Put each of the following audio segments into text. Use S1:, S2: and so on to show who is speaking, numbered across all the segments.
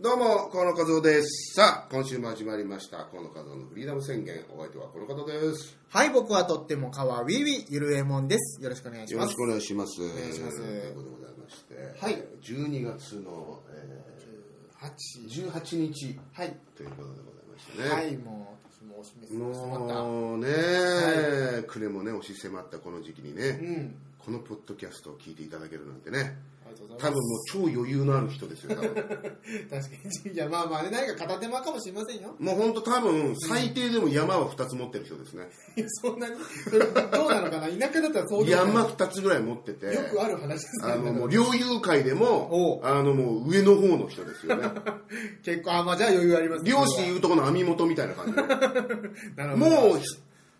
S1: どうも、河野和夫です。さあ、今週も始まりました、河野和夫のフリーダム宣言、お相手はこの方です。
S2: はい、僕はとってもかわウィウィゆるえもんです。よろしくお願いし
S1: よ
S2: ま
S1: ろ
S2: す
S1: し。くお願いします。お
S2: 願いします
S1: ということでございまして、
S2: はい
S1: 12月の、えー、18日、
S2: はい、
S1: ということでございましてね。
S2: はい、もう、私もお示ししました。
S1: もうね、暮れもね、押し迫ったこの時期にね、
S2: うん、
S1: このポッドキャストを聞いていただけるなんてね、
S2: ありがとうござ
S1: 多
S2: いま
S1: 分もう超余裕のある人ですよ、多分。
S2: す。確かに。いや、 まあまあ、ね、何か片手間かもしれませんよ。
S1: もう本当多分、最低でも山は2つ持ってる人ですね。
S2: いやそんなに、それどうなのかな田舎だったらそうでもない
S1: 山2つぐらい持ってて。
S2: よくある話です
S1: あのもう
S2: ね。
S1: 猟友会でも
S2: おう
S1: あのもう上の方の人ですよ ね
S2: 結構、あ、まあ、じゃあ余裕ありますね
S1: 漁師いうとこの網元みたいな感じで
S2: なるほど。
S1: もうひ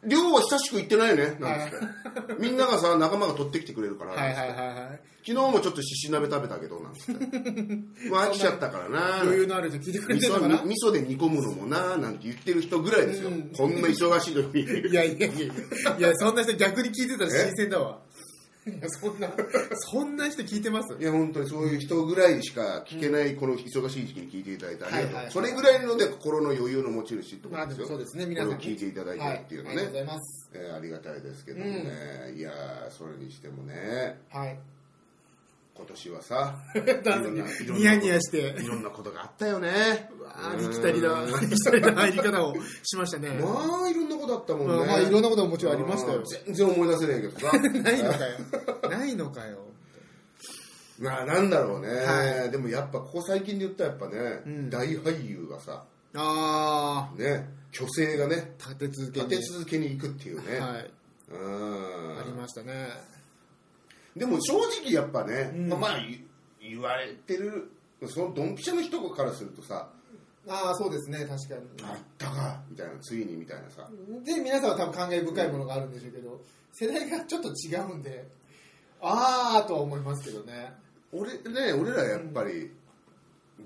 S1: 漁は久しく行ってないよねなんつって
S2: は
S1: みんながさ仲間が取ってきてくれるから、
S2: はいはいはいはい。
S1: 昨日もちょっとしし鍋食べたけどなんつって まあ飽きちゃったからな
S2: 余裕のある人聞いてくれ
S1: 味
S2: てるの
S1: 噌
S2: かな
S1: 味噌で煮込むのもななんて言ってる人ぐらいですよ、
S2: うん
S1: こんな忙しい時に
S2: いやいやいやいや、いや、そんな人逆に聞いてたら新鮮だわ。 いや、そんな、そんな人聞いてます
S1: いや本当にそういう人ぐらいしか聞けないこの忙しい時期に聞いていただいてありがとう、
S2: はいはい
S1: それぐらいので心の余裕の持ち主ってこ
S2: ま
S1: と
S2: あ
S1: で
S2: ですも
S1: よ、
S2: そうですね、皆さん、ね。
S1: これを聞いていただいてるっていうのね、
S2: はいありがとうございます。
S1: えーありがたいですけどもね、いやーそれにしてもね
S2: はい。
S1: 今年は さ
S2: ダンス
S1: いろんないろんなこと
S2: にニヤニヤして、
S1: いろんなことがあったよね
S2: ありきたりだ、ありきたりな入り方をしましたね。
S1: まあいろんなことあったもんね、
S2: まあ、まあ、いろんなことももちろんありました
S1: う
S2: よ
S1: ん。全然思い出せないけどさ
S2: ないのかよ。ないのかよ。
S1: まあなんだろうね、
S2: は
S1: でもやっぱここ最近で言ったらやっぱね、
S2: うん
S1: 大俳優がさ
S2: あ
S1: ね虚勢がね
S2: あ、立て続け
S1: 立
S2: に。
S1: て続けに行くっていうね、
S2: はい。
S1: うん
S2: ありましたね。
S1: でも正直やっぱね、
S2: うん
S1: まあまあ言言われてるそのドンピシャの人からするとさ
S2: ああ、そうですね、確か
S1: あったかみたいなついにみたいなさ
S2: に。で、皆さんは多分感慨深いものがあるんでしょうけど、世代がちょっと違うんで、ああとは思いますけどね。
S1: 俺ね俺らやっぱり、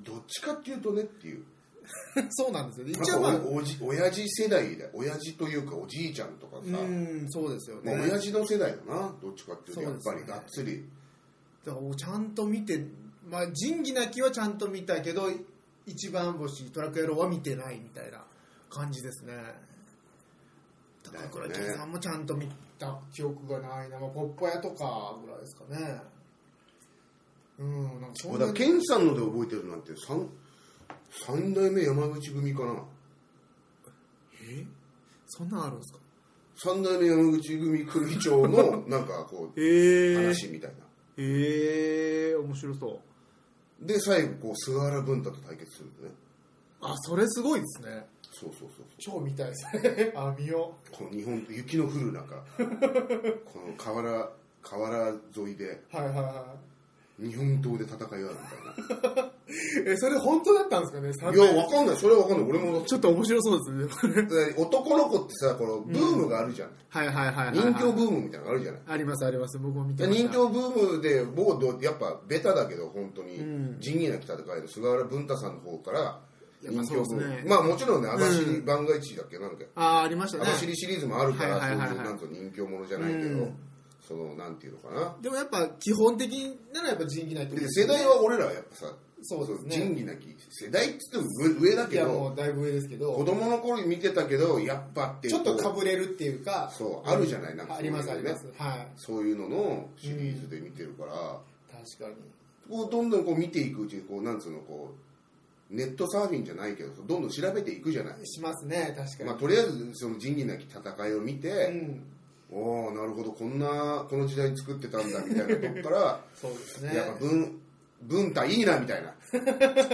S1: どっちかっていうとねっていう
S2: そうなんですよね。
S1: なん
S2: 一
S1: か
S2: 応まあ、
S1: おおじ親父世代で親父というかおじいちゃんとかさ、
S2: うん、そうですよね。
S1: まあ、親父の世代だなどっちかっていうとやっぱ
S2: そうで
S1: り
S2: すね
S1: がっつり
S2: だからちゃんと見て、まあ、仁義なきはちゃんと見たけど一番星トラクエロは見てないみたいな感じですね
S1: だ
S2: だ
S1: よ
S2: か
S1: ね
S2: らこれさんもちゃんと見た記憶がないな、まあ、ポッポ屋とかぐらいですかねうんなんかそ
S1: 俺
S2: ん
S1: だ
S2: な
S1: から
S2: に
S1: ケンさんので覚えてるなんて三三代目山口組かな
S2: えそんなんあるんですか
S1: 三代目山口組組長 のなんかこう
S2: えー、
S1: 話みたいな
S2: えー、面白そう
S1: で最後こう菅原文太と対決するんだね
S2: あそれすごいですね
S1: そうそうそうそ
S2: 超見たいですね あ見よ
S1: うこの日本雪の降る 中この河原河原沿いで
S2: うはいはいはい
S1: 日本刀で戦いがあるみた
S2: えそれ本当だったんですかね
S1: いないやわかんないそれはわかんない俺も
S2: ちょっと面白そうですね。
S1: 男の子ってさこのブームがあるじゃん、
S2: はいはいはいはい、
S1: 人形ブームみたいなのあるじゃない
S2: ありますあります。僕も見てまし
S1: 人
S2: た。
S1: 形ブームでもうどやっぱベタだけど本当に
S2: うん
S1: 仁義なき戦いの菅原文太さんの方から
S2: やっぱ
S1: 人形
S2: そう
S1: ブ
S2: で
S1: ーム
S2: すね、
S1: まあもちろんね網走
S2: うん
S1: 番外地だっけなんだっけ
S2: ああ、ありました
S1: 網
S2: ね。
S1: 走シリーズもあるから
S2: は
S1: そうい
S2: いうはいはいはい
S1: なんと人形ものじゃないけど
S2: うん
S1: そのなんていうのかな
S2: でもやっぱ基本的ならやっぱ仁義なき。
S1: で世代は俺らはやっぱさ
S2: そうですね
S1: 仁義なき世代っつっても上上だ
S2: い
S1: け
S2: や
S1: ど
S2: もうだいぶ上ですけ
S1: 子
S2: ど、
S1: 供の頃に見てたけどやっぱって
S2: ちょっと
S1: こう
S2: かぶれるっていうか、
S1: そうあるじゃないなんか
S2: あります
S1: そ
S2: あ
S1: うい
S2: り
S1: うのね
S2: ます。はい。
S1: そういうののシリーズで見てるから、
S2: 確かに。
S1: こうどんどんこう見ていくうちにこうなんつうのこうネットサーフィンじゃないけどどんどん調べていくじゃない、
S2: しますね、確かに。
S1: まあ、とりあえずその仁義なき戦いを見
S2: う
S1: て、
S2: ん。
S1: おおなるほどこんなこの時代に作ってたんだみたいなとこか
S2: そうです
S1: ら、
S2: ね。
S1: やっぱ文文太いいなみたいな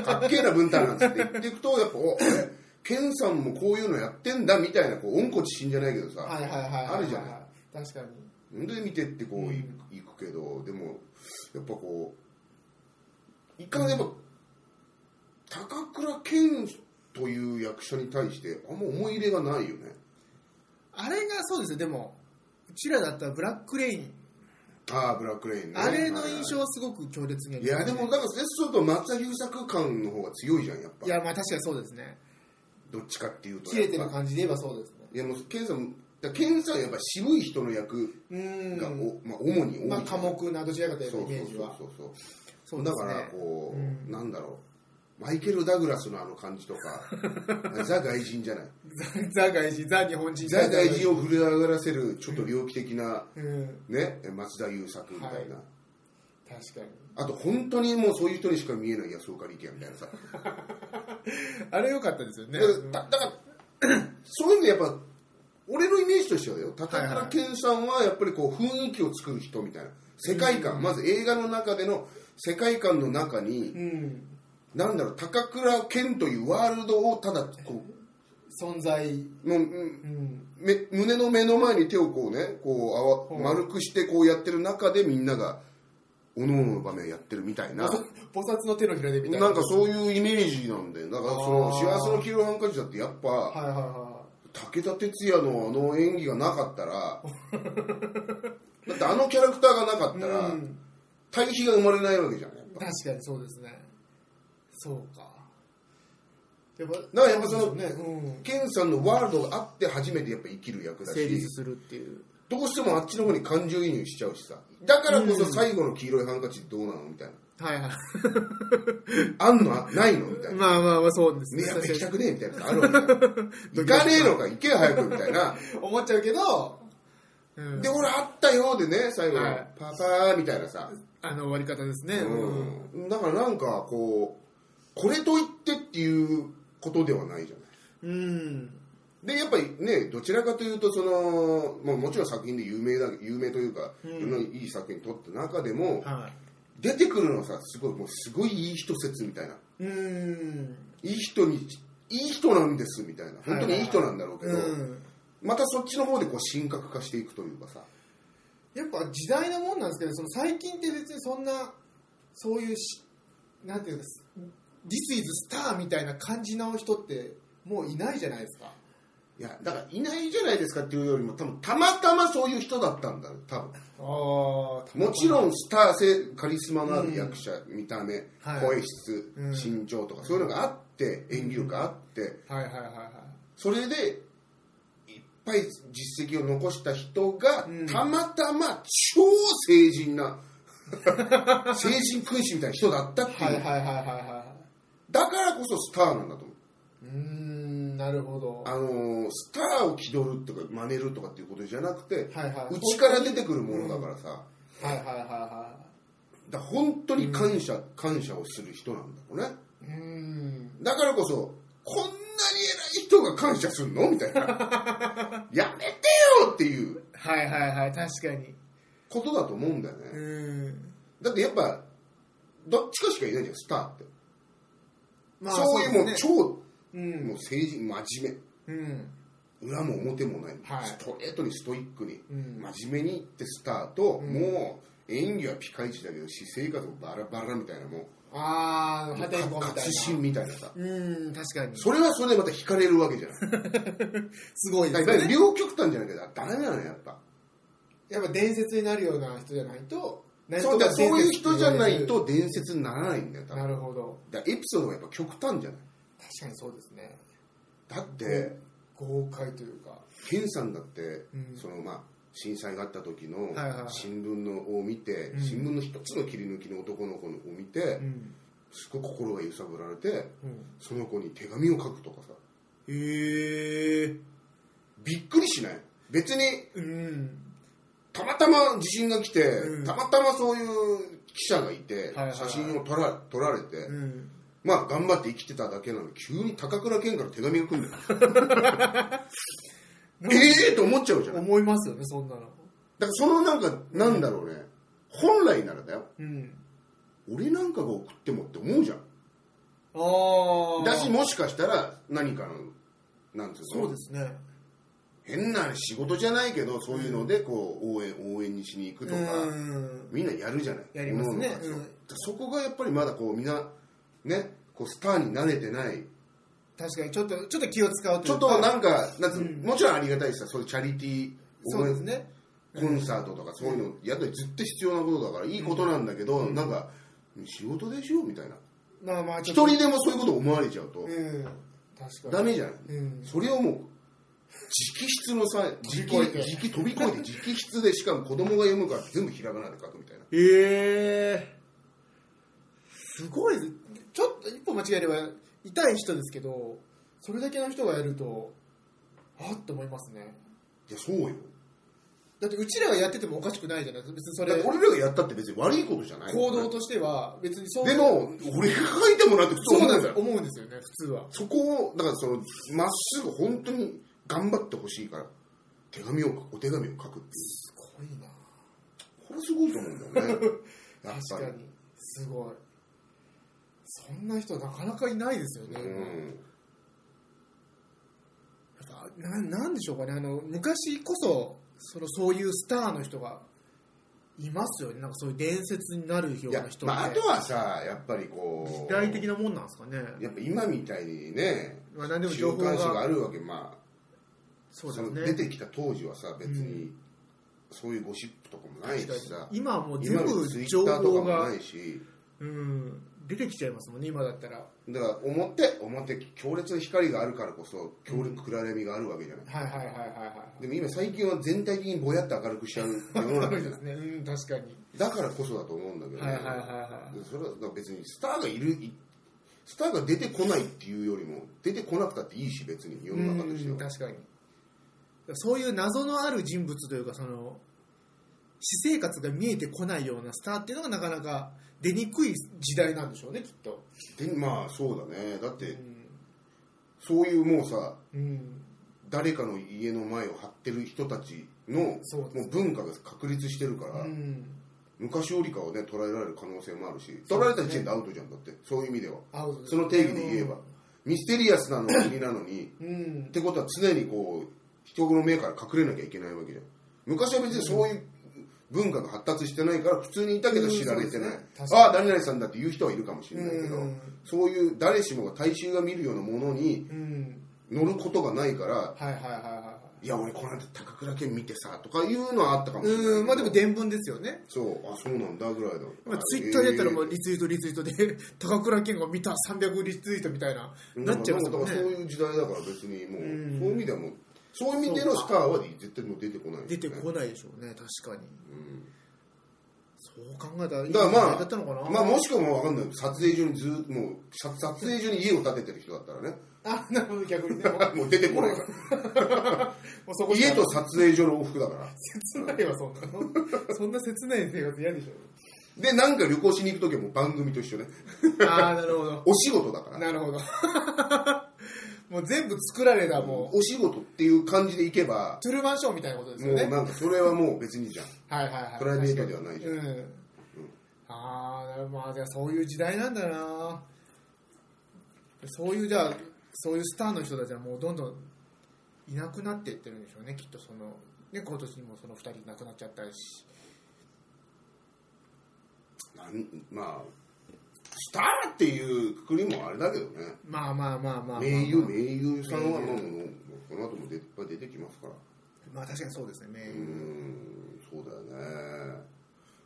S1: かっけえな文太なんつって言っていくとやっぱおあれケンさんもこういうのやってんだみたいなこう温故知新じゃないけどさ、
S2: はいはいはいはい。。
S1: あるじゃない
S2: 確かに。
S1: で見てってこう
S2: うん
S1: い行くけどでもやっぱこういかんやっぱ高倉健という役者に対してあんま思い入れがないよね
S2: あれがそうですよ、でも、うちらだったらブラックレイン。
S1: ああブラックレインね
S2: あれの印象はすごく強烈にあ
S1: い
S2: りま
S1: や
S2: す
S1: で
S2: ね
S1: もだからそうすると松田優作感の方が強いじゃんやっぱ
S2: いや、まあ確かにそうですね。
S1: どっちかっていうと
S2: 切れて
S1: や
S2: る
S1: っぱ
S2: 感じで言えばそうですね。
S1: いやもう健さんだから健さんはやっぱ渋い人の役
S2: うーん。
S1: がお、まあ、主に多い、
S2: まあ、寡黙などちらかと
S1: そ
S2: いううと
S1: そう
S2: イメージは。
S1: そうそう
S2: そうで
S1: だ
S2: す
S1: か
S2: ね
S1: らこう、
S2: うん
S1: なんだろうマイケル・ダグラスのあの感じと かザ外人じゃない
S2: ザ外人ザ日本人
S1: ザ外人を震え上がらせるちょっと猟奇的な、
S2: うん
S1: ね、松田優作みたいな、
S2: 確かに
S1: あと本当にもうそういう人にしか見えない安岡力也みたいなさ
S2: あれ良かったですよね
S1: だだだから そういうのやっぱ俺のイメージとしてはよ高倉健さんはやっぱりこう雰囲気を作る人みたいな世界観、まず映画の中での世界観の中に、
S2: うん
S1: なんだろう高倉健というワールドをただこ
S2: 存在
S1: うのうん
S2: うん
S1: め胸の目の前に手をこうねこうあわ丸くしてこうやってる中でみんながおのおのの場面やってるみたいな。
S2: 菩薩の手のひらでみたいな
S1: なんかそういうイメージなんだよだからその「幸せの黄色いハンカチ」だってやっぱ、
S2: はいはいは
S1: 武田鉄矢のあの演技がなかった らだってあのキャラクターがなかっ
S2: い
S1: たら、
S2: うん
S1: 対比が生まれないわけじゃんやっぱ
S2: 確かにそうですねそうかやっぱ
S1: からやっぱその
S2: ね、うん、
S1: 健さんのワールドがあって初めてやっぱ生きる役だ
S2: 成立
S1: し
S2: するっていう
S1: どうしてもあっちの方に感情移入しちゃうしさだからこそ最後の黄色いハンカチどうなのみたいな
S2: はいはい
S1: あんのあないのみたいな、
S2: まあまあまあそうです
S1: ね、やっぱ行きた
S2: ね
S1: くねえみたいなのあるわけじゃん行かねえのか行けよ早くみたい な
S2: 思っちゃうけど、うん
S1: で俺あったよでね最後の
S2: はい
S1: パパーみたいなさ
S2: あの終わり方ですね、うん
S1: うんだからなんかこうこれといってっていうことではないじゃない
S2: うん
S1: でやっぱりねどちらかというとその、まあ、もちろん作品で有名だ有名というか、
S2: うん
S1: いろんないい作品撮った中でも
S2: は
S1: 出てくるのはさすごいもうすごいいい人説みたいない
S2: うん
S1: いい人にいい人なんですみたいな本当にいい人なんだろうけど、
S2: うん
S1: またそっちの方でこう神格化していくというかさ
S2: やっぱ時代のもんなんですけどその最近って別にそんなそういうしなんていうんですか This is star みたいな感じの人ってもういないじゃないですか
S1: いやだからいないじゃないですかっていうよりも多分たまたまそういう人だったんだよ多分
S2: あも
S1: もちろんスター性カリスマのある役者、見た目、
S2: はい
S1: 声質、
S2: うん
S1: 身長とかそういうのがあって演技力があって
S2: はいはいはいはい
S1: それでいっぱい実績を残した人が、
S2: うん
S1: たまたま超成人 な成人君子みたいな人だったっていう、
S2: はいはいはいはいは
S1: だからこそスターなんだと思う
S2: いうーんなるほど
S1: あのースターを気取るとか真似るとかっていうことじゃなくて、
S2: はいはいう
S1: ちから出てくるものだからさ、
S2: はいはいはいは
S1: だから本当に感謝、感謝をする人なんだろうね
S2: いうーん
S1: だからこそ、こんなに偉い人が感謝するのみた いな。やめてよっていう
S2: はいはいはい確かに
S1: ことだと思うんだよ
S2: う
S1: ね。
S2: ーん
S1: だってやっぱ、どっちかしかいないじゃん、スターって。
S2: ま
S1: そういうもう
S2: です
S1: 超、
S2: ね
S1: もう政治、真面
S2: うんうん
S1: 目。裏も表もない、
S2: はい
S1: ストレートにストイックに、
S2: うん
S1: 真面目にってスターと、
S2: うん
S1: もう演技はピカイチだけど、私生活もバラバラみたいな、も
S2: ああ
S1: う、
S2: 破天荒みたいな
S1: 活心みたいなさ。
S2: うん確かに
S1: それはそれでまた惹かれるわけじゃない。 だ
S2: すごいで
S1: か
S2: す
S1: ら
S2: ね
S1: 両極端じゃなきゃダメなのよ、やっぱ。
S2: やっぱ伝説になるような人じゃないと
S1: そうだそういう人じゃない
S2: 伝説って
S1: と伝説にならないんだよ多
S2: 言われるな
S1: 分
S2: るほど
S1: だからエピソードがやっぱ極端じゃない
S2: 確かにそうですね
S1: だって
S2: 豪快というか
S1: 健さんだって、
S2: うん
S1: そのまあ震災があった時の
S2: はいはい
S1: 新聞のを見て、
S2: うん
S1: 新聞の一つの切り抜きの男の子のを見て、
S2: うん、
S1: すごい心が揺さぶられて
S2: うん、
S1: その子に手紙を書くとかさ
S2: へえ
S1: びっくりしない別に
S2: うん
S1: たまたま地震が来て、
S2: うん
S1: たまたまそういう記者がいて、
S2: はいはいはい
S1: 写真を撮ら撮られて、
S2: うん
S1: まあ頑張って生きてただけなのに急に高倉健から手紙が来る んだよええと思っちゃうじゃんだか
S2: 思いますよねそんなの
S1: らそのなんかなんだろうね、本来ならだよ
S2: うん
S1: 俺なんかが送ってもって思うじゃん
S2: ああ
S1: だしもしかしたら何かのなんつう
S2: そう
S1: の
S2: ですね
S1: 変な仕事じゃないけどそういうのでこう応援応援にしに行くとか、
S2: うん
S1: みんなやるじゃない
S2: やります
S1: 各
S2: ね
S1: 々活動
S2: うん
S1: だからそこがやっぱりまだこうみんなねこうスターに慣れてない
S2: 確かにちょっとちょっと気を使うとい
S1: ちょ
S2: うか
S1: っとなんか、なんつうの
S2: うん
S1: もちろんありがたいしさ、そういうチャリティー、
S2: そうですね
S1: コンサートとかそういうの、やっぱりずっと必要なことだから、いいことなんだけど、なんか、仕事でしょみたいな。
S2: まあまあち
S1: 一
S2: ょっと
S1: 人でもそういうこと思われちゃうと、
S2: うん確か
S1: ダ
S2: に
S1: メじゃない。
S2: うん
S1: それをもう、直筆のさ、直
S2: 飛び越えて
S1: 直飛び越えて、直筆で、しかも子供が読むから全部ひらがなで書くみたいな。
S2: ええすすごいですちょっと一歩間違えれば痛い人ですけどそれだけの人がやるとあっと思いますね
S1: いやそうよ
S2: だってうちらがやっててもおかしくないじゃないですか別にそ
S1: だから
S2: れ
S1: 俺らがやったって別に悪いことじゃない
S2: 行動としては別にそう
S1: でも俺が書いてもらって普通
S2: そう
S1: 思う
S2: な
S1: だ
S2: んです
S1: よ
S2: よ思うんですよね普通は
S1: そこをだからそのまっすぐ本当に頑張ってほしいから手紙をお手紙を書くっていう
S2: すごいな
S1: これすごいと思うんだよねやっぱ
S2: 確かにすごいそんな人なかなかいないですよね、
S1: りう
S2: や
S1: ん
S2: っぱななんでしょうかねあの昔こそそのそういうスターの人がいますよねなんかそういう伝説になるよう
S1: いや
S2: な、人って
S1: まあ、あとはさやっぱりこう
S2: 時代的なもんなんですかね
S1: やっぱ今みたいにね
S2: まあ何でも
S1: 週
S2: 情報
S1: 刊誌があ
S2: が
S1: るわけまあ
S2: そう
S1: その
S2: で
S1: 出
S2: すね
S1: てきた当時はさ別にそういうゴシップとかもないし
S2: 確
S1: さ
S2: かに今はもう全
S1: 今の
S2: 部
S1: ツイ
S2: 情
S1: ッターと
S2: 報
S1: かも
S2: が
S1: ないし
S2: うん出てきちゃいますもんね今だったらは
S1: だから表表強烈な光があるからこそ強烈暗闇があるわけじゃない、
S2: いはいはいはいは
S1: でも今最近は全体的にぼやっと明るくしちゃう世の
S2: いそ
S1: 中
S2: う
S1: じゃない
S2: で すねうん確かに
S1: だからこそだと思うんだけど、
S2: はいはいはいはい
S1: それはだから別にスターがいるいスターが出てこないっていうよりも出てこなくたっていいし別に世の中として
S2: うん
S1: は
S2: 確かにそういう謎のある人物というかその私生活が見えてこないようなスターっていうのがなかなか出にくい時代なんでしょうねきっと
S1: でまあそうだねだっ
S2: う
S1: て
S2: ん、
S1: そういうもうさ
S2: うん
S1: 誰かの家の前を張ってる人たちの
S2: そうですね
S1: もう文化が確立してるから、
S2: うん、
S1: 昔よりかはね捉えられる可能性もあるし
S2: そう
S1: 捉えられた
S2: ですね
S1: 時点でアウトじゃんだってそういう意味では
S2: アウトです
S1: その定義で言えばミステリアスなのは君なのに
S2: うん
S1: ってことは常にこう人の目から隠れなきゃいけないわけじゃん昔は別にそういう文化が発達してないから普通にいたけど知られてない、
S2: うんそうですね確かに
S1: ああ誰々さんだって言う人はいるかもしれないけど、
S2: うん
S1: そういう誰しもが大衆が見るようなものに
S2: うん
S1: 乗ることがないから
S2: はいはいはいはい
S1: や俺この間高倉健見てさとかいうのはあったかも
S2: い
S1: しれないけど
S2: うんまあでも伝聞ですよね
S1: そうあそうなんだぐらいだ
S2: まあツイッターでやったらも
S1: え
S2: うリツイートリツイートで高倉健が見た300リツイートみたいな
S1: え
S2: なっちゃいます
S1: だ
S2: も
S1: か
S2: ん
S1: ら
S2: ね
S1: そういう時代だから別にもう、
S2: うん
S1: そういう意味ではもうそういう意味でのスターは絶対もう出てこないよね、
S2: 出てこないでしょうね確かに
S1: うん
S2: そう考えたらいい
S1: だからまあ
S2: だったのかな、
S1: まあもしくはもう分かんない撮影所にずーもうさ撮影所に家を建ててる人だったらね
S2: あなるほど逆にね も
S1: もう出てこないから
S2: うそこ
S1: 家と撮影所の往復だから
S2: 切ない わそんなのそんな切ない生活嫌でし ょ
S1: でなんか旅行しに行く時はもう番組と一緒ね
S2: ああなるほど
S1: お仕事だから
S2: なるほど もう全部作られたもう
S1: お仕事っていう感じで行けば
S2: トゥルーマンショーみたいなことです
S1: も
S2: よ
S1: う
S2: ね
S1: なんかそれはもう別にじゃん
S2: はいはいはい
S1: プライベートではないじゃん
S2: うん、ああなるほどまあじゃあそういう時代なんだなそういうじゃあそういうスターの人たちはもうどんどんいなくなっていってるんでしょうねきっとそのね今年にもその2人亡くなっちゃったし
S1: なんまあスターっていうくくりもあれだけどね
S2: まあまあまあまあまあ、まあ、
S1: 名優名優さんは
S2: 名
S1: まあ
S2: 優
S1: もうこの後も出いっぱい出てきますから
S2: まあ確かにそうですね、名
S1: うー
S2: 優
S1: んそうだよね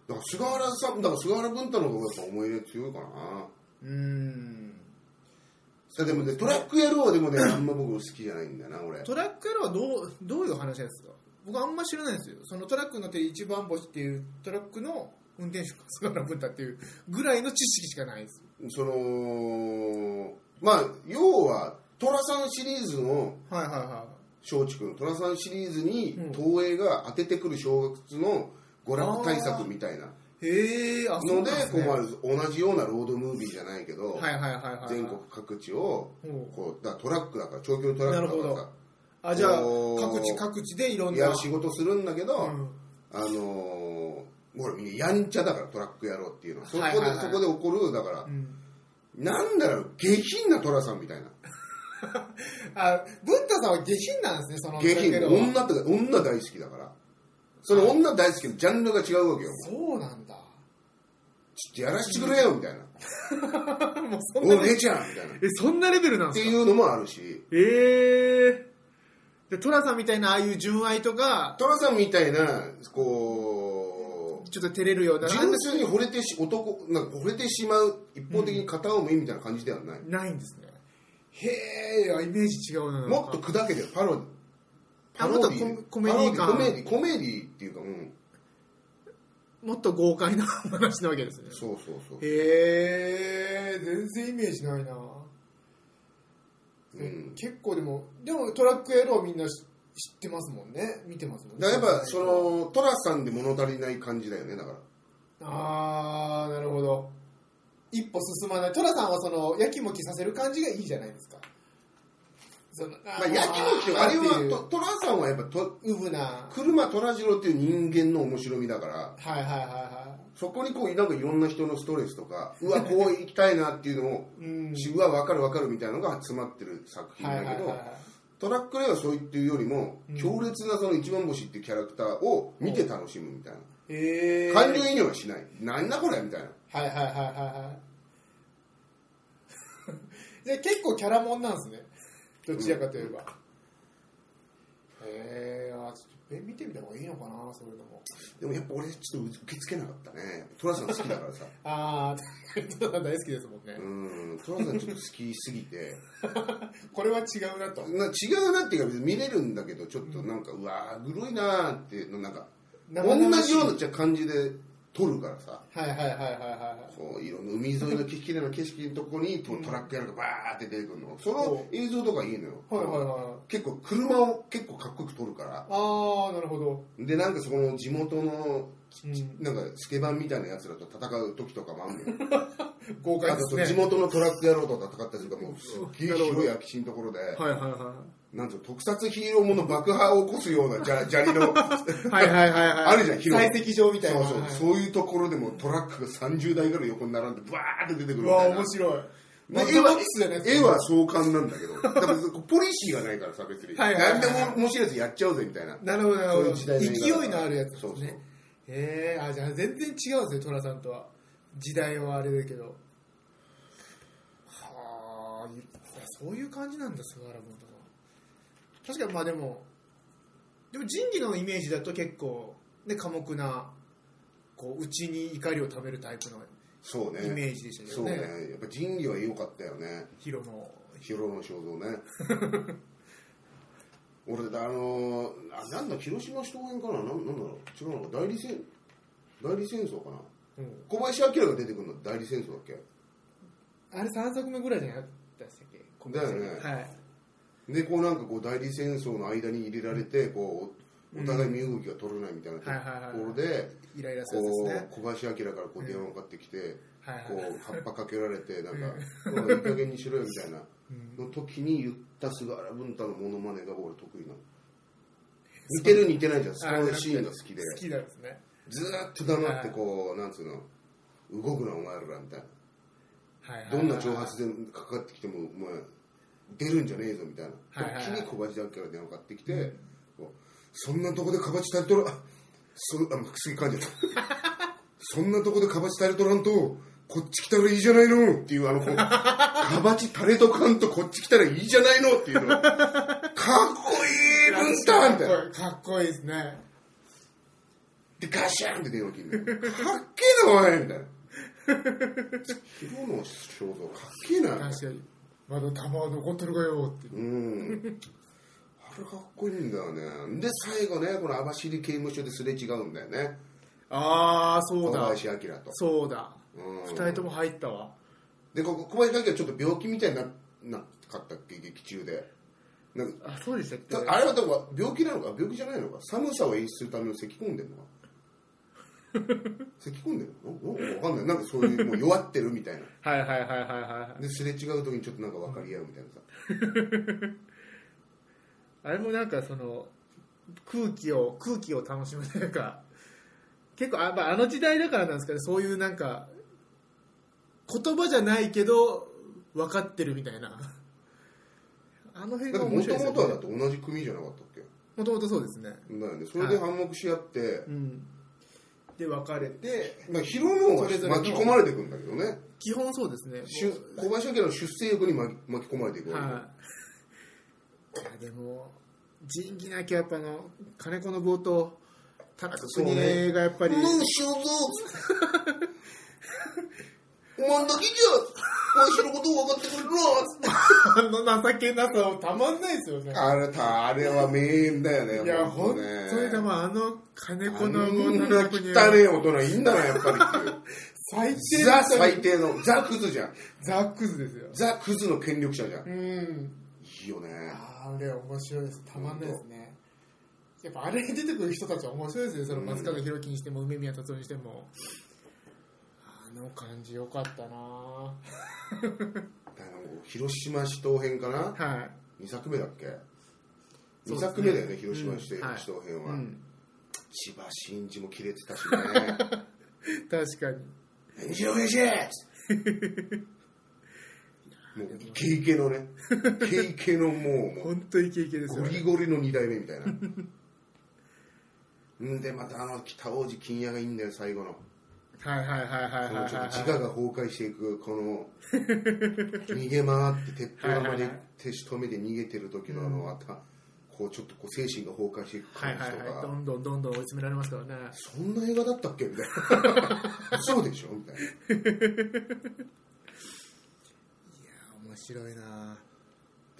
S1: だから菅原さんだから菅原文太の方がやっぱ思い入れ強いかな
S2: うーん
S1: いやでもねトラック野郎はでもねあんま僕好きじゃないんだよな俺
S2: トラックやろはどうどういう話なんですか僕あんま知らないんですよそのトラックに乗ってる一番星っていうトラックの運転手が菅原文太っていうぐらいの知識しかないです
S1: そのまあ要は寅さんシリーズの
S2: はいはいは
S1: 松竹の寅さんシリーズに
S2: うん
S1: 東映が当ててくる正月の娯楽対策みたいない
S2: へえあそうな
S1: の
S2: ん
S1: で
S2: です
S1: こう
S2: ね
S1: まあ同じようなロードムービーじゃないけど
S2: はいはいはいはい
S1: 全国各地を
S2: うん
S1: こうだからトラックだから長距離トラックだ
S2: なる
S1: か
S2: ほ
S1: ら
S2: ど
S1: さ
S2: あじゃあ
S1: おー
S2: 各地各地でいろん
S1: い
S2: な
S1: や仕事するんだけど、
S2: うん
S1: あのー、ほらみんなやんちゃだからトラック野郎っていうのはそこで、
S2: はいはいはい
S1: そこで起こるだから、
S2: うん
S1: なんだろう下品な寅さんみたいな
S2: あ文太さんは下品なんですねその
S1: 下品
S2: だけど
S1: 女とか女大好きだからその女大好きのジャンルが違うわけよ
S2: そうなんだ
S1: ちょっとやらしてくれよみたいな
S2: もう
S1: 「
S2: そん
S1: お
S2: な
S1: う姉ちゃん」みたいなっ
S2: えそんなレベルなん
S1: て
S2: ですか
S1: いうのもあるし
S2: ええで、トラさんみたいなああいう純愛とか、
S1: 寅さんみたいなこう
S2: ちょっと照れるような、
S1: 純粋に惚れてし男なんか惚れてしまう一方的に片思いみたいな感じではない、
S2: ないんですね。へえ、イメージ違うな。
S1: もっと砕けてるパロディ
S2: あもっとココメディ感
S1: パロディコメディコメディっていうかうん
S3: もっと豪快 な話なわけですね
S1: そうそうそう、
S2: へえ全然イメージないな、
S1: うん、
S2: 結構でもでもトラック野郎みんな知知ってますもんね見てますもんね
S1: だからやっぱそのトラさんで物足りない感じだよねだから
S2: ああなるほど一歩進まない寅さんはそのやきもきさせる感じがいいじゃないですかその
S1: まあ、やきもきはあれはとトラさんはやっぱと
S2: うぶなは
S1: 車虎次郎っていう人間の面白みだから
S2: いはいはいは
S1: そこにこうなんかいろんな人のストレスとかうわこう行きたいなっていうのを
S2: い うん
S1: 自分は分かる分かるみたいなのが詰まってる作品
S2: はいは
S1: だ
S2: いは
S1: け
S2: い
S1: ど、
S2: は
S1: トラックレイはそう言っていうよりも、
S2: うん
S1: 強烈なその一番星っていうキャラクターを見て楽しむみたいな、
S2: いへえ
S1: 感情移入はしないなんだこれみたいな
S2: はいはいはいはいはい で結構キャラもんなんですねどちらかといえば、へえあちょっとえ見てみた方がいいのかなそういうのも
S1: でもやっぱ俺ちょっと受け付けなかったねトラさん好きだから さ
S2: ああ 大好きですもんね、
S1: うんトラさんちょっと好きすぎて
S2: これは違うなと
S1: な違うなっていうか別に見れるんだけどちょっとなんか、うわーグロいなーってのなんか同じようなじゃ感じで撮るからさ
S2: はいはいはいはいは
S1: こういろんな海沿いの景色の景色のとこにトトラックやるがバーって出てくるのその映像とかいいのよ、
S2: いはいはいはい
S1: 結構車を結構かっこよく撮るから
S2: ああなるほど、
S1: でなんかそこの地元の
S2: うん、
S1: なんかスケバンみたいなやつらと戦う時とかもあんのよ
S2: 豪
S1: あ
S2: 快で
S1: と
S2: す
S1: その地
S2: ね
S1: 元のトラック野郎と戦ったりとかもうすっげえ広い空き地のところで、
S3: はいはいは
S1: なんつうの特撮ヒーローもの爆破を起こすようなじゃ砂利 の
S3: いはいはいはいはい
S1: あるじゃん広い
S2: 採石場みたい
S1: そう
S2: な
S1: そうそういうところでもトラックが30台ぐらい横に並んでバーって出てくる
S2: う
S1: みた
S2: わ
S1: いな
S2: 面白い
S1: まあ
S2: マッ
S1: 絵
S2: ドマッ
S1: は
S2: クスじゃないです
S1: 絵
S2: か
S1: は壮観なんだけどだから別にポリシーがないからさ別に
S3: はいはいはい
S1: 何でも面白いやつやっちゃおうぜみたいな
S2: なるほどなる
S1: そう
S2: ほ
S1: いう
S2: ど
S1: 時代の映画だから
S2: 勢いのあるやつですね
S1: そうそう
S2: へえあじゃあ全然違うんですね寅さんとは時代はあれだけどはあいそういう感じなんだ菅原君とか確かにまあでもでも仁義のイメージだと結構ね寡黙なこう内に怒りをためるタイプの
S1: そうね
S2: イメージでしたけ
S1: そ
S2: ど
S1: う
S2: ね
S1: ねやっぱ仁義は良かったよね
S2: ヒロの
S1: ヒロの肖像ね 俺だあのーあなんだ広島人編かななんなんだろう違うのか代理戦代理戦争かな
S2: うん
S1: 小林明が出てくるの代理戦争だっけ
S2: あれ3作目ぐらいじゃなかったでしたっけこの
S1: だよね
S2: はい
S1: でこうなんかこう代理戦争の間に入れられてこうおお互い身動きが取れないみたいなと
S2: はいはいはい
S1: ころで
S2: イライラするやつです
S1: こ
S2: ね
S1: う小林明からこう電話がかかってきて
S2: はいはい
S1: こ
S2: はいう
S1: 葉っぱかけられてなんか「おいいい加減にしろよ」みたいなの時に言った菅原文太のモノマネが俺得意なの似てる似てないじゃんそ
S2: あ
S1: のシーンが好きで
S2: 好きなんですね
S1: ずーっと黙ってこうなんつうの動くなお前らみたいな
S2: はいはいはい
S1: どんな挑発でかかってきてもお前出るんじゃねえぞみたい
S2: はいはい
S1: な
S2: は
S1: い時に小林明から電話かかってきて、こうそんなとこでかばちたりとらあそあ薬噛んじゃった そんなとこでかばちたりとらんとこっち来たらいいじゃないのっていうあのこうかばちたれとかんとこっち来たらいいじゃないのっていうのかっこいい文太みたいな
S2: かっこいいですね
S1: でガシャンって電話切るのかっけえなお前みた いな昨日の肖像かっけえなみたいな
S2: 確かにまだ弾は残ってるかよって
S1: うん。あれかっこいいんだよね。で、最後ね、この網走刑務所ですれ違うんだよね。
S3: ああそ
S1: 小
S3: うだ
S1: 林明と。
S3: そうだ
S1: うん
S3: 二人とも入ったわ
S1: で、ここ小林明はちょっと病気みたいにななかったっけ、劇中で。なんか
S3: あそうでしたっけ
S1: たあれはでも病気なのか病気じゃないのか寒さを演出するための咳き込んで るのか咳き込んでるのなんかわかんないなんかそういうもう弱ってるみたいな
S3: はいはいはいはいはい
S1: ですれ違う時にちょっとなんか分かり合うみたいなさ
S3: あれもなんかその空気を空気を楽しむというか結構あ,、まあ、あの時代だからなんですかねそういうなんか言葉じゃないけど分かってるみたいなあの辺
S1: だ
S3: が
S1: っても
S3: 面白いです
S1: と
S3: よ
S1: も
S3: ね
S1: とはだって同じ組じゃなかったっけ
S3: もともとそうですね
S1: だよねそれで反目し合って、
S3: うんで別れて
S1: まあ、疲労の方が巻き込まれていくんだけどね、
S3: 基本そうですね
S1: しゅ小林明の出世欲に巻き巻き込まれていくわけ、
S3: はい、いやでも仁義なきゃやっぱあの金子の冒頭田中
S1: そう
S3: 邦
S1: ね
S3: 衛がやっぱり、
S1: もう肖像お前だけじゃ、わしのことを分かってくれるな。
S3: あの情けなさをたまんないですよね
S1: あれた、あれは名演だよね。
S3: いや
S1: ほ
S3: 本
S1: んとね
S3: 当にでもあの金
S1: こ
S3: 子
S1: ん
S3: の
S1: な
S3: 女の子には
S1: 汚ねえ大人いいんだな、やっぱりっていう。
S3: 最低
S1: ザ
S3: だ
S1: 最低の、ザクズじゃん。
S3: ザックスですよ
S1: ザクズの権力者じゃん。い
S3: うん
S1: いよね。
S2: あれ面白いですたまんないですねやっぱあれに出てくる人たちは面白いですねその
S3: 松方弘樹にしても梅宮達夫にしてもあの感じよかったな
S1: あの広島市東編かな
S3: はい
S1: 2作目だっけ
S3: そうですね
S1: 2作目だよね、広島市
S3: うんはい
S1: 東編は、
S3: うん
S1: 千葉真司も切れてたしね
S3: 確かに
S1: 「返事 を返事!」もうイケイケのねイケイケのもうもう
S3: 本当イケイケですよ
S1: ゴ
S3: ね
S1: リゴリの2代目みたいな んでまたあの北王子金谷がいいんだよ最後の
S3: はいはいはいはい
S1: こ
S3: はい
S1: の
S3: はい
S1: ちょっと自我が崩壊していく この逃げ回って鉄砲玉で手仕留めで逃げてる時のあのまたこうちょっとこう精神が崩壊していく
S3: はい
S1: 感じ
S3: はい
S1: と
S3: はいど
S1: か
S3: んどんどんどん追い詰められますからね
S1: そんな映画だったっけみたい なそうでしょみたい
S3: 面白いな
S1: な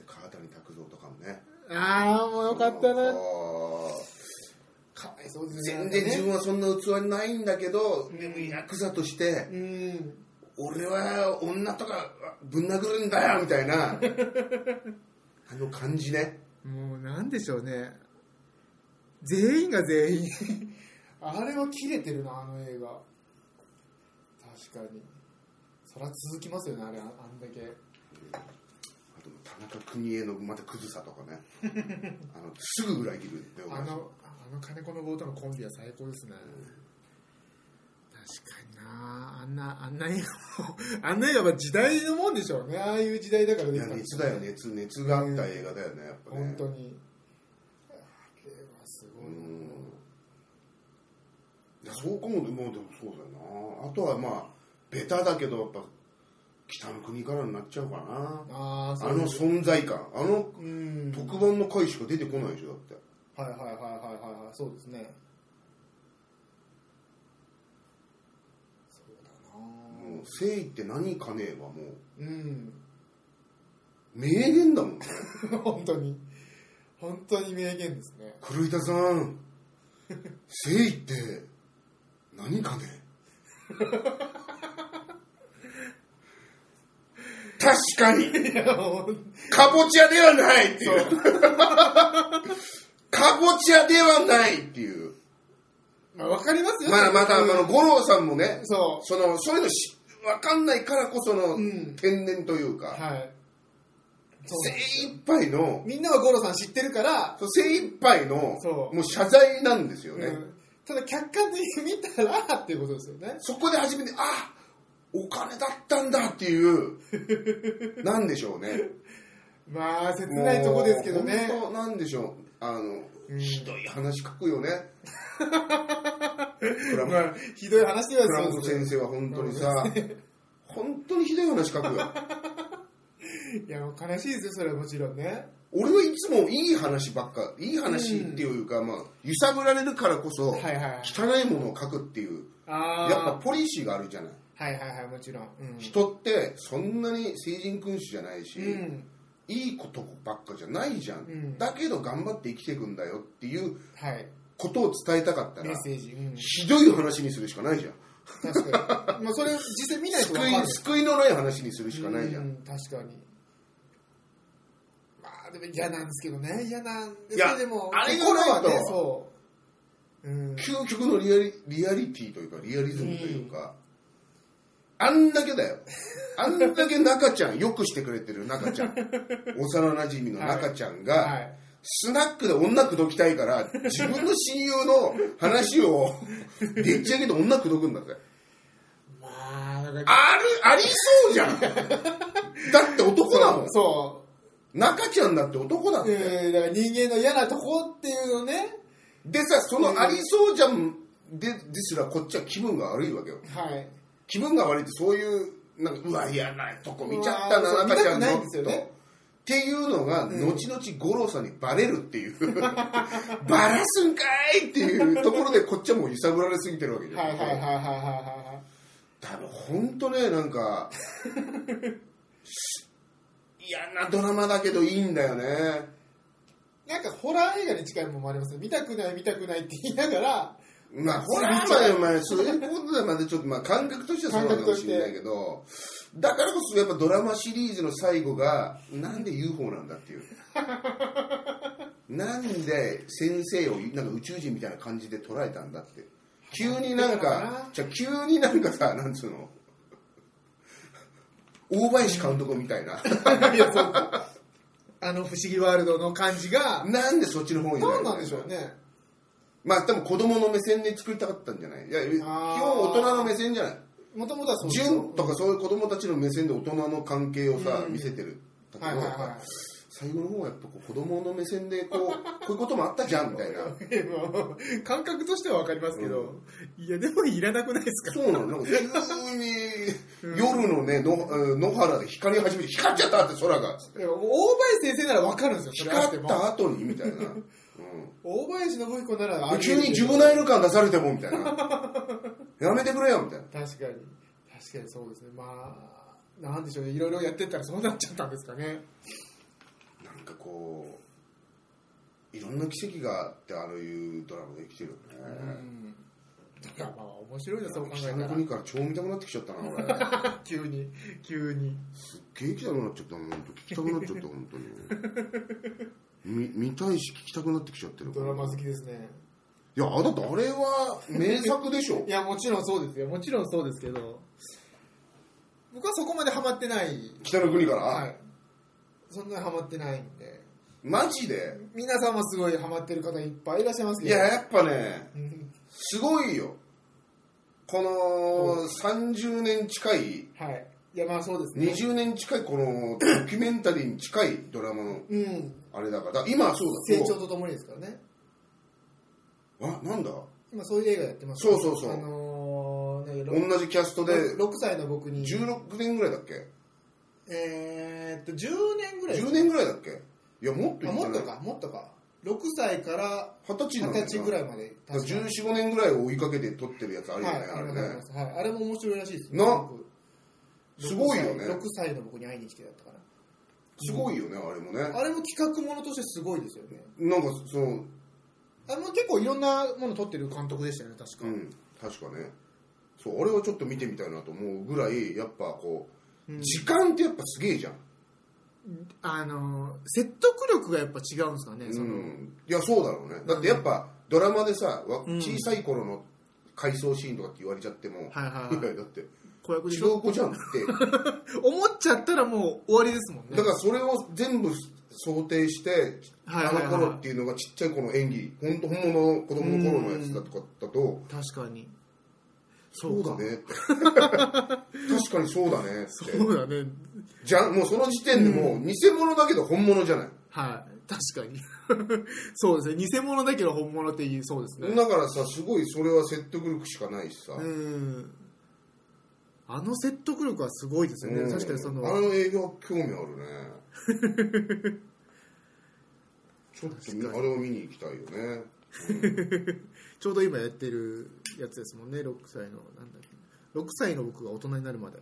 S1: 川谷拓三とかもね
S3: ああもうよかったな
S1: こう
S2: かわいそうです
S1: 全
S2: ね
S1: 然自分はそんな器にないんだけど、
S2: ん
S1: でもヤクザとして、
S2: うん
S1: 俺は女とかぶん殴るんだよみたい なあの感じね
S3: もうなんでしょうね全員が全員
S2: あれは切れてるなあの映画確かにそら続きますよねあれあんだけ
S1: あと田中邦衛のまたクズさとか ねあのすぐ裏切るって
S3: あのあの金子の棒とのコンビは最高ですね確かになあんなあんな映画も あんな映画は時代のもんでしょうねああいう時代だから
S1: い
S3: でき
S1: や
S3: たんです
S1: 熱だよ熱熱があった映画だよねやっぱね
S2: 本当にあれはすご
S1: う
S2: いなん
S1: いやそうかもでもでもそうだよなあとはまあベタだけどやっぱ北の国からになっちゃうかな
S2: ああ
S1: あの
S2: です
S1: 存在感あの
S2: うん
S1: 特番の回しか出てこないでしょだって
S2: はいはいはいはいはいはいそうですねそうだ
S1: もう
S2: な
S1: 誠意って何かねえはもう
S2: うん
S1: 名言だもんね
S2: 本当に本当に名言ですね
S1: 黒板さん誠意って何かね確かに
S2: いやもう
S1: かぼちゃではないっていうかぼちゃではないっていう
S2: まあわかりますよ
S1: まあまたあ
S2: うん
S1: の五郎さんもね
S2: そ
S1: そのそういうのし分かんないからこその
S2: うん
S1: 天然という
S2: う
S1: か、
S2: はいそう
S1: 精一杯の
S2: みんなは五郎さん知ってるから、
S1: そう精一杯の
S2: そう
S1: もう謝罪なんですよ
S2: う
S1: ね、
S2: ん、ただ客観的に見たらっていうことですよね
S1: そこで初めてあお金だったんだっていう なんでしょうね
S2: まあ切ないとこですけどね
S1: もう本当なんでしょうあの、
S2: うん
S1: ひどい話書くよ ね倉
S2: まあひどい話では
S1: 倉
S2: そう
S1: 本
S2: です
S1: 先生は本当にさ本当にひどい話書く よ
S2: いや悲しいですよそれはもちろんね
S1: 俺はいつもいい話ばっかいい話っていうか、まあ、揺さぶられるからこそ、
S2: はいはいはい
S1: 汚いものを書くっていうや
S2: あ
S1: っ
S2: あ
S1: ぱポリシーがあるじゃない
S2: はいはいはいもちろん、うん
S1: 人ってそんなに成人君主じゃないし、
S2: うん
S1: いいことばっかじゃないじゃん、
S2: ん
S1: だけど頑張って生きていくんだよっていう
S2: はい
S1: ことを伝えたかった
S2: メ
S1: ら
S2: ッセージ、うん、
S1: ひどい話にするしかないじゃん
S2: 確かにまあそれ実際見ないと分
S1: 救
S2: か
S1: い
S2: んない
S1: 救いのない話にするしかないじゃん、
S2: う確かにまあでも嫌なんですけどね嫌なんです
S1: い
S2: け
S1: や
S2: どでも
S1: あれが
S2: 心は
S1: ない
S2: ね
S1: と
S2: そう、うん、
S1: 究極のリアリリアリティというかリアリズムというか、あんだけだよあんだけ中ちゃんよくしてくれてる中ちゃん 幼なじみの中ちゃんが、
S2: はい
S1: スナックで女口説きたいから自分の親友の話を でっち上げて女口説くんだって
S2: まあなんか
S1: あるありそうじゃんだって男だもん
S2: そ
S1: 中ちゃんだって男だっ
S2: う、
S1: て、
S2: うん、だから人間の嫌なとこっていうのね
S1: でさそのありそうじゃんでですらこっちは気分が悪いわけよ
S2: はい
S1: 気分が悪いってそういうなんかうわ嫌なとこ見ちゃった
S2: う
S1: な
S2: わー
S1: 中ちゃん
S2: 見たくない
S1: の
S2: んですよ
S1: と
S2: ね
S1: っていうのが後々五郎さんにバレるっていう バラすんかいっていうところでこっちはもう揺さぶられすぎてるわけじゃん
S2: はいはいはいはいはいはいはい
S1: 多分本当ねなん かし嫌なドラマだけどいいんだよね
S2: なんかホラー映画に近いものもありますね見たくない見たくないって言いながら
S1: まあ、ホラーまで、まあ、そういうことでまでちょっと、まあ、感覚としてはそうなのかもしれないけど、だからこそやっぱドラマシリーズの最後が、なんで UFO なんだっていう。なんで先生をなんか宇宙人みたいな感じで捉えたんだって。急になんか、じゃあ急になんかさ、なんつうの、大林監督みたいな。
S2: いやそう
S3: あの不思議ワールドの感じが、
S1: なんでそっちの方に
S2: 何なんでしょうね
S1: まあ、多分子供の目線で作りたかったんじゃないいや、基
S2: あー
S1: 本大人の目線じゃない
S2: もともとはそうですよ
S1: 純 とかそういう子供たちの目線で大人の関係をさ、
S2: うん
S1: 見せてるだけ
S2: はい
S1: ど、
S2: はい
S1: やっぱ最後の方はやっぱこう子供の目線でこうこういうこともあったじゃんみたいな
S3: はい、感覚としては分かりますけど、いや、でもいらなくないですか
S1: そうなのなんか急に夜のねの野原で光り始めて光っちゃったって空が
S2: いや大林先生なら分かるんですよそれあって
S1: 光っ
S2: も
S1: た後にみたいな、
S2: 大林信彦なら
S1: う
S2: あ
S1: ん、
S2: り
S1: 急
S2: 得る
S1: にジュブナイル感出されてもみたいなやめてくれよみたいな
S2: 確かに確かにそうですねまあなんでしょうねいろいろやってったらそうなっちゃったんですかね
S1: なんかこういろんな奇跡があってああいうドラマで生きてるよね、
S2: うんだからまあ面白いなそう考
S1: 北
S2: え
S1: の
S2: たら
S1: 国から超見たくなってきちゃったな 俺
S3: 急に、急に。
S1: すっげえ行きたくなっちゃったな本当聞きたくなっちゃった本 当にみ見たいし聞きたくなってきちゃってる
S2: ドラマ好
S1: い
S2: きですね
S1: やだってあれは名作でしょ
S2: いやもちろんそうですよ
S3: もちろんそうですけど、
S2: 僕はそこまでハマってない
S1: 北の国から、
S2: はいそんなにハマってないんで
S1: マジで
S2: 皆さんもすごいハマってる方いっぱいいらっしゃいます
S1: い
S2: けど
S1: ややっぱね
S2: うん
S1: すごいよこの30年近い
S2: はいいやまあそうですね
S1: 20年近いこのドキュメンタリーに近いドラマの
S2: うん
S1: あれだからだから今そうだ
S2: 成長とともにですからね
S1: あなんだ
S2: 今そういう映画やってます
S1: そうそうそう
S2: あのーねろ
S1: 同じキャストで
S2: ろ6歳の僕に
S1: 16年ぐらいだっけ
S2: えーっと10年ぐらい
S1: 10年ぐらいだっけいやもっとい
S2: あ
S1: ったね
S2: もっとかもっとか6歳から
S1: 二十歳
S2: 二
S1: な
S2: 十
S1: んだよな
S2: 歳ぐらいまで
S1: だから1415年ぐらいを追いかけて撮ってるやつあるよ
S2: は
S1: ね、
S2: い
S1: あ
S2: あ
S1: れ
S2: れ
S1: ね
S2: はい、あれも面白いらしいです
S1: な
S2: 僕
S1: すごいよね
S2: 6歳の僕に会いに来てだったから
S1: すごいよねあれもね
S2: あれも企画ものとしてすごいですよね
S1: なんかその
S2: あれも結構いろんなもの撮ってる監督でしたよね確か、
S1: うん確かねそうあれはちょっと見てみたいなと思うぐらいやっぱこう、時間ってやっぱすげえじゃん、
S3: あの、説得力がやっぱ違うんですかね、その、
S1: うん、いやそうだろうねだってやっぱドラマでさ、わ
S3: うん
S1: 小さい頃の回想シーンとかって言われちゃって
S3: はい
S1: も、
S3: はい
S1: い
S3: は
S1: や
S3: い。
S1: だって
S3: 子役で
S1: 違
S3: しょ
S1: う子じゃんって
S3: 思っちゃったらもう終わりですもんね。
S1: だからそれを全部想定して、
S3: はいはいはい
S1: あの頃っていうのがちっちゃい子の演技本当本物の子供の頃のやつだとかだと、
S3: 確かに。
S1: そうだ
S3: か。
S1: ねって確かにそうだねって
S3: そうだね。
S1: じゃあもうその時点でもう偽物だけど本物じゃない、
S3: はい。確かに。 そうですね。偽物だけど本物って言いそうですね。
S1: だからさすごいそれは説得力しかないしさ、
S3: うん。あの説得力はすごいですよね。
S1: うん
S3: 確かにそ
S1: あ
S3: の、
S1: の映画は興味あるね ちょっとみ
S3: 確か
S1: あれを見に行きたいよね
S3: ちょうど今やってるやつですもんね。6歳の、なんだっけ。6歳の僕が大人になるまで。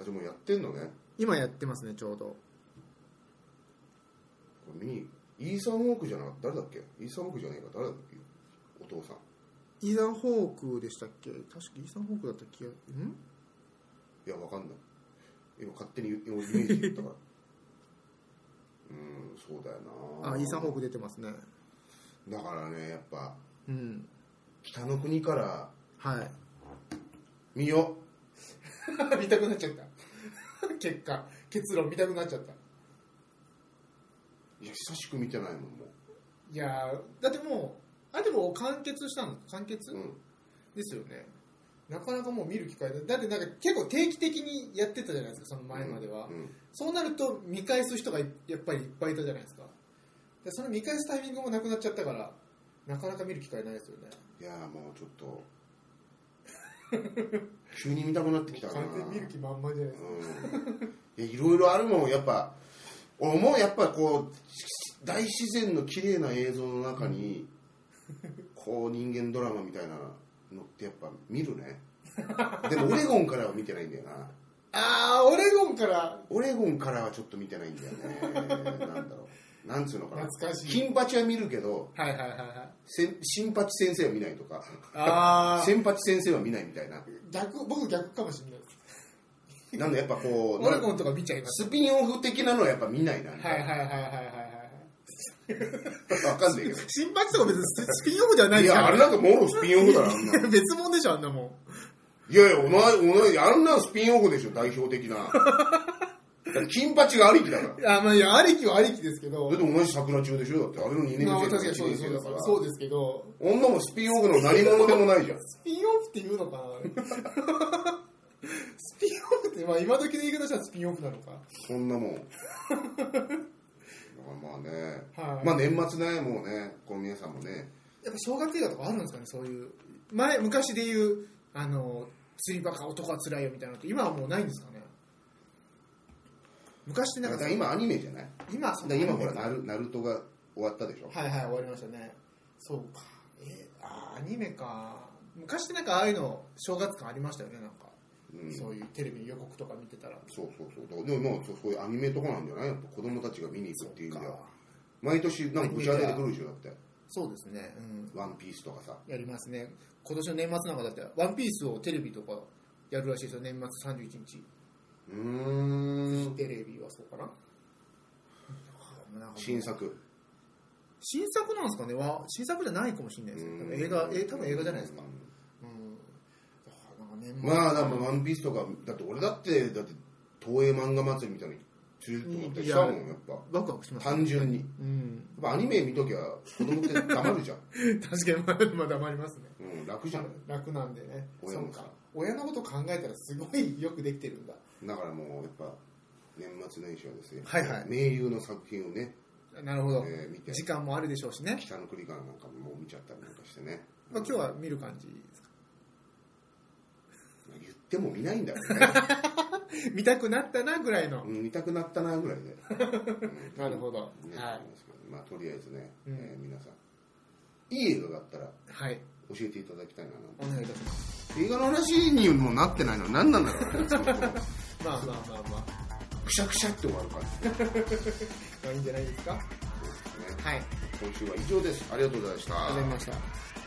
S1: あでもやってんのね
S3: 今やってますね、ちょうど。
S1: これ見にイーサン・ウォークじゃなかった誰だっけイーサン・ウォークじゃねえか誰だっけお父さん
S3: イーサン・ホークでしたっけ確かイーサン・ホークだった気が、ん
S1: いやわかんない今勝手にイメージ言ったからうんそうだよな
S3: あ、イーサン・ホーク出てますね。
S1: だからねやっぱ
S3: うん。
S1: 北の国から
S3: はい。
S1: 見よ
S2: 見たくなっちゃった 結果結論見たくなっちゃった
S1: ういや久しく見てないもんも
S2: いやーだってもうあでも完結したの完結、
S1: う、うん、
S2: ですよねなかなかもう見る機会だだってなんか結構定期的にやってたじゃないですかその前までは、
S1: うん
S2: そうなると見返す人がいやっぱりいっぱいいたじゃないですかでその見返すタイミングもなくなっちゃったからなかなか見る機会ないですよね
S1: いやもうちょっと 急に見たくなってきたな
S2: 完全に見る気満々じゃないですか
S1: うん、いやいろいろあるもんやっぱ俺もやっぱこう大自然の綺麗な映像の中に、こう人間ドラマみたいなのってやっぱ見るねでもオレゴンからは見てないんだよな
S2: ああオレゴンから
S1: オレゴンからはちょっと見てないんだよねなんだろうなんつうのかな
S2: 懐かしい
S1: 金八は見るけど
S3: はいはいはいはい
S1: せん新八先生は見ないとか
S3: あ
S1: 先八先生は見ないみたいな
S2: 逆僕逆かもしれないです
S1: なんでやっぱこう
S3: オレゴンとか見ちゃいます
S1: スピンオフ的なのはやっぱ見ないなわ
S3: はいはいはいはいはいはい
S1: かんないけど
S3: 新八とか別にスピンオフじゃない
S1: い
S3: です
S1: や
S3: か
S1: あ
S3: ら
S1: れなんかもろスピンオフだなあんな
S3: 別物でしょあんなもん
S1: いやいや同じ同じあんなスピンオフでしょ代表的な だって金八がありきだから
S2: あまあいやありきはありきですけど
S1: だって同じ桜中でしょだってあれの2年
S2: まあ
S1: 生とか
S2: 確かにそう
S1: 1
S2: で
S1: 年生だ
S2: すそうです
S1: から
S2: そうですけど
S1: 女もスピンオフの何者でもないじゃん
S2: スピンオフって言うのかな スピンオフって、まあ、今時で言い方したらスピンオフなのか
S1: そんな もんまあね、
S2: はい
S1: まあ年末ねもうねこの皆さんもね
S2: やっぱ小学映画とかあるんですかねそういう
S3: 前昔で言うあの釣りバカ男はつらいよみたいなのって今はもうないんですかね昔って
S1: だ
S3: なん
S1: か
S3: から
S1: 今アニメじゃない
S2: 今
S1: だから今ほらナルナルトが終わったでしょ
S2: はいはい終わりましたねそうかえー、あーアニメか昔ってなんかああいうの正月感ありましたよねなんか、
S1: うん
S2: そういうテレビの予告とか見てたら
S1: そうそうそうだからでもまあそうそういうアニメとかなんじゃないやっぱ子供たちが見に行くっていう意味では
S2: か
S1: 毎年なんかぶち上げてくるでしょだって
S2: そうですね
S1: 「
S2: うん
S1: ワンピースとかさ
S3: やりますね今年の年末なんかだって「ワンピースをテレビとかやるらしいですよ年末31日
S1: うーん
S2: テレビはそうかな
S3: なんか
S1: 新作
S3: 新作なんですかねわ新作じゃないかもしれないですよ多分映画え多分映画じゃないですか
S1: うん
S2: うんだからなんか年末
S1: まあ、だからワンピースとか、だって俺だって、だって、東映漫画祭りみたいに、中止と思ってしたもん、やっぱ。
S3: ワクワクします
S1: 単純に。や
S3: うん
S1: っぱアニメ見ときゃ、子供って黙るじゃん。
S3: 確かにまだまりますね
S1: うん、楽じゃん。
S2: 楽なんでね
S1: 親
S2: そう
S1: もさ
S2: か親のこと考えたらすごいよくできてるんだ
S1: だからもう、やっぱ、年末年始はですね、
S3: はいはい
S1: 名優の作品をね、
S3: なるほど、
S1: えー見て、
S3: 時間もあるでしょうしね、
S1: 北の国からなんかもう見ちゃったりなんかしてね。
S3: まあ、今日は見る感じですか
S1: 言っても見ないんだろうね。
S3: 見たくなったなぐらいの、
S1: うん見たくなったな、ぐらい で。うん
S3: なるほど
S1: ね
S3: はい
S1: 思いますけどまあ、とりあえずね、
S3: うん
S1: えー皆さん、いい映画があったら、
S3: はい
S1: 教えていただきたいななんて
S3: お願いいたします
S1: 映画の話にもなってないのは何なんだろ うねその
S3: まあまあまあま
S1: くしゃくしゃって終わる感じ
S3: あいいんじゃないですか
S1: そうですね
S3: はい
S1: 今週は以上ですありがとうございました
S3: わかりました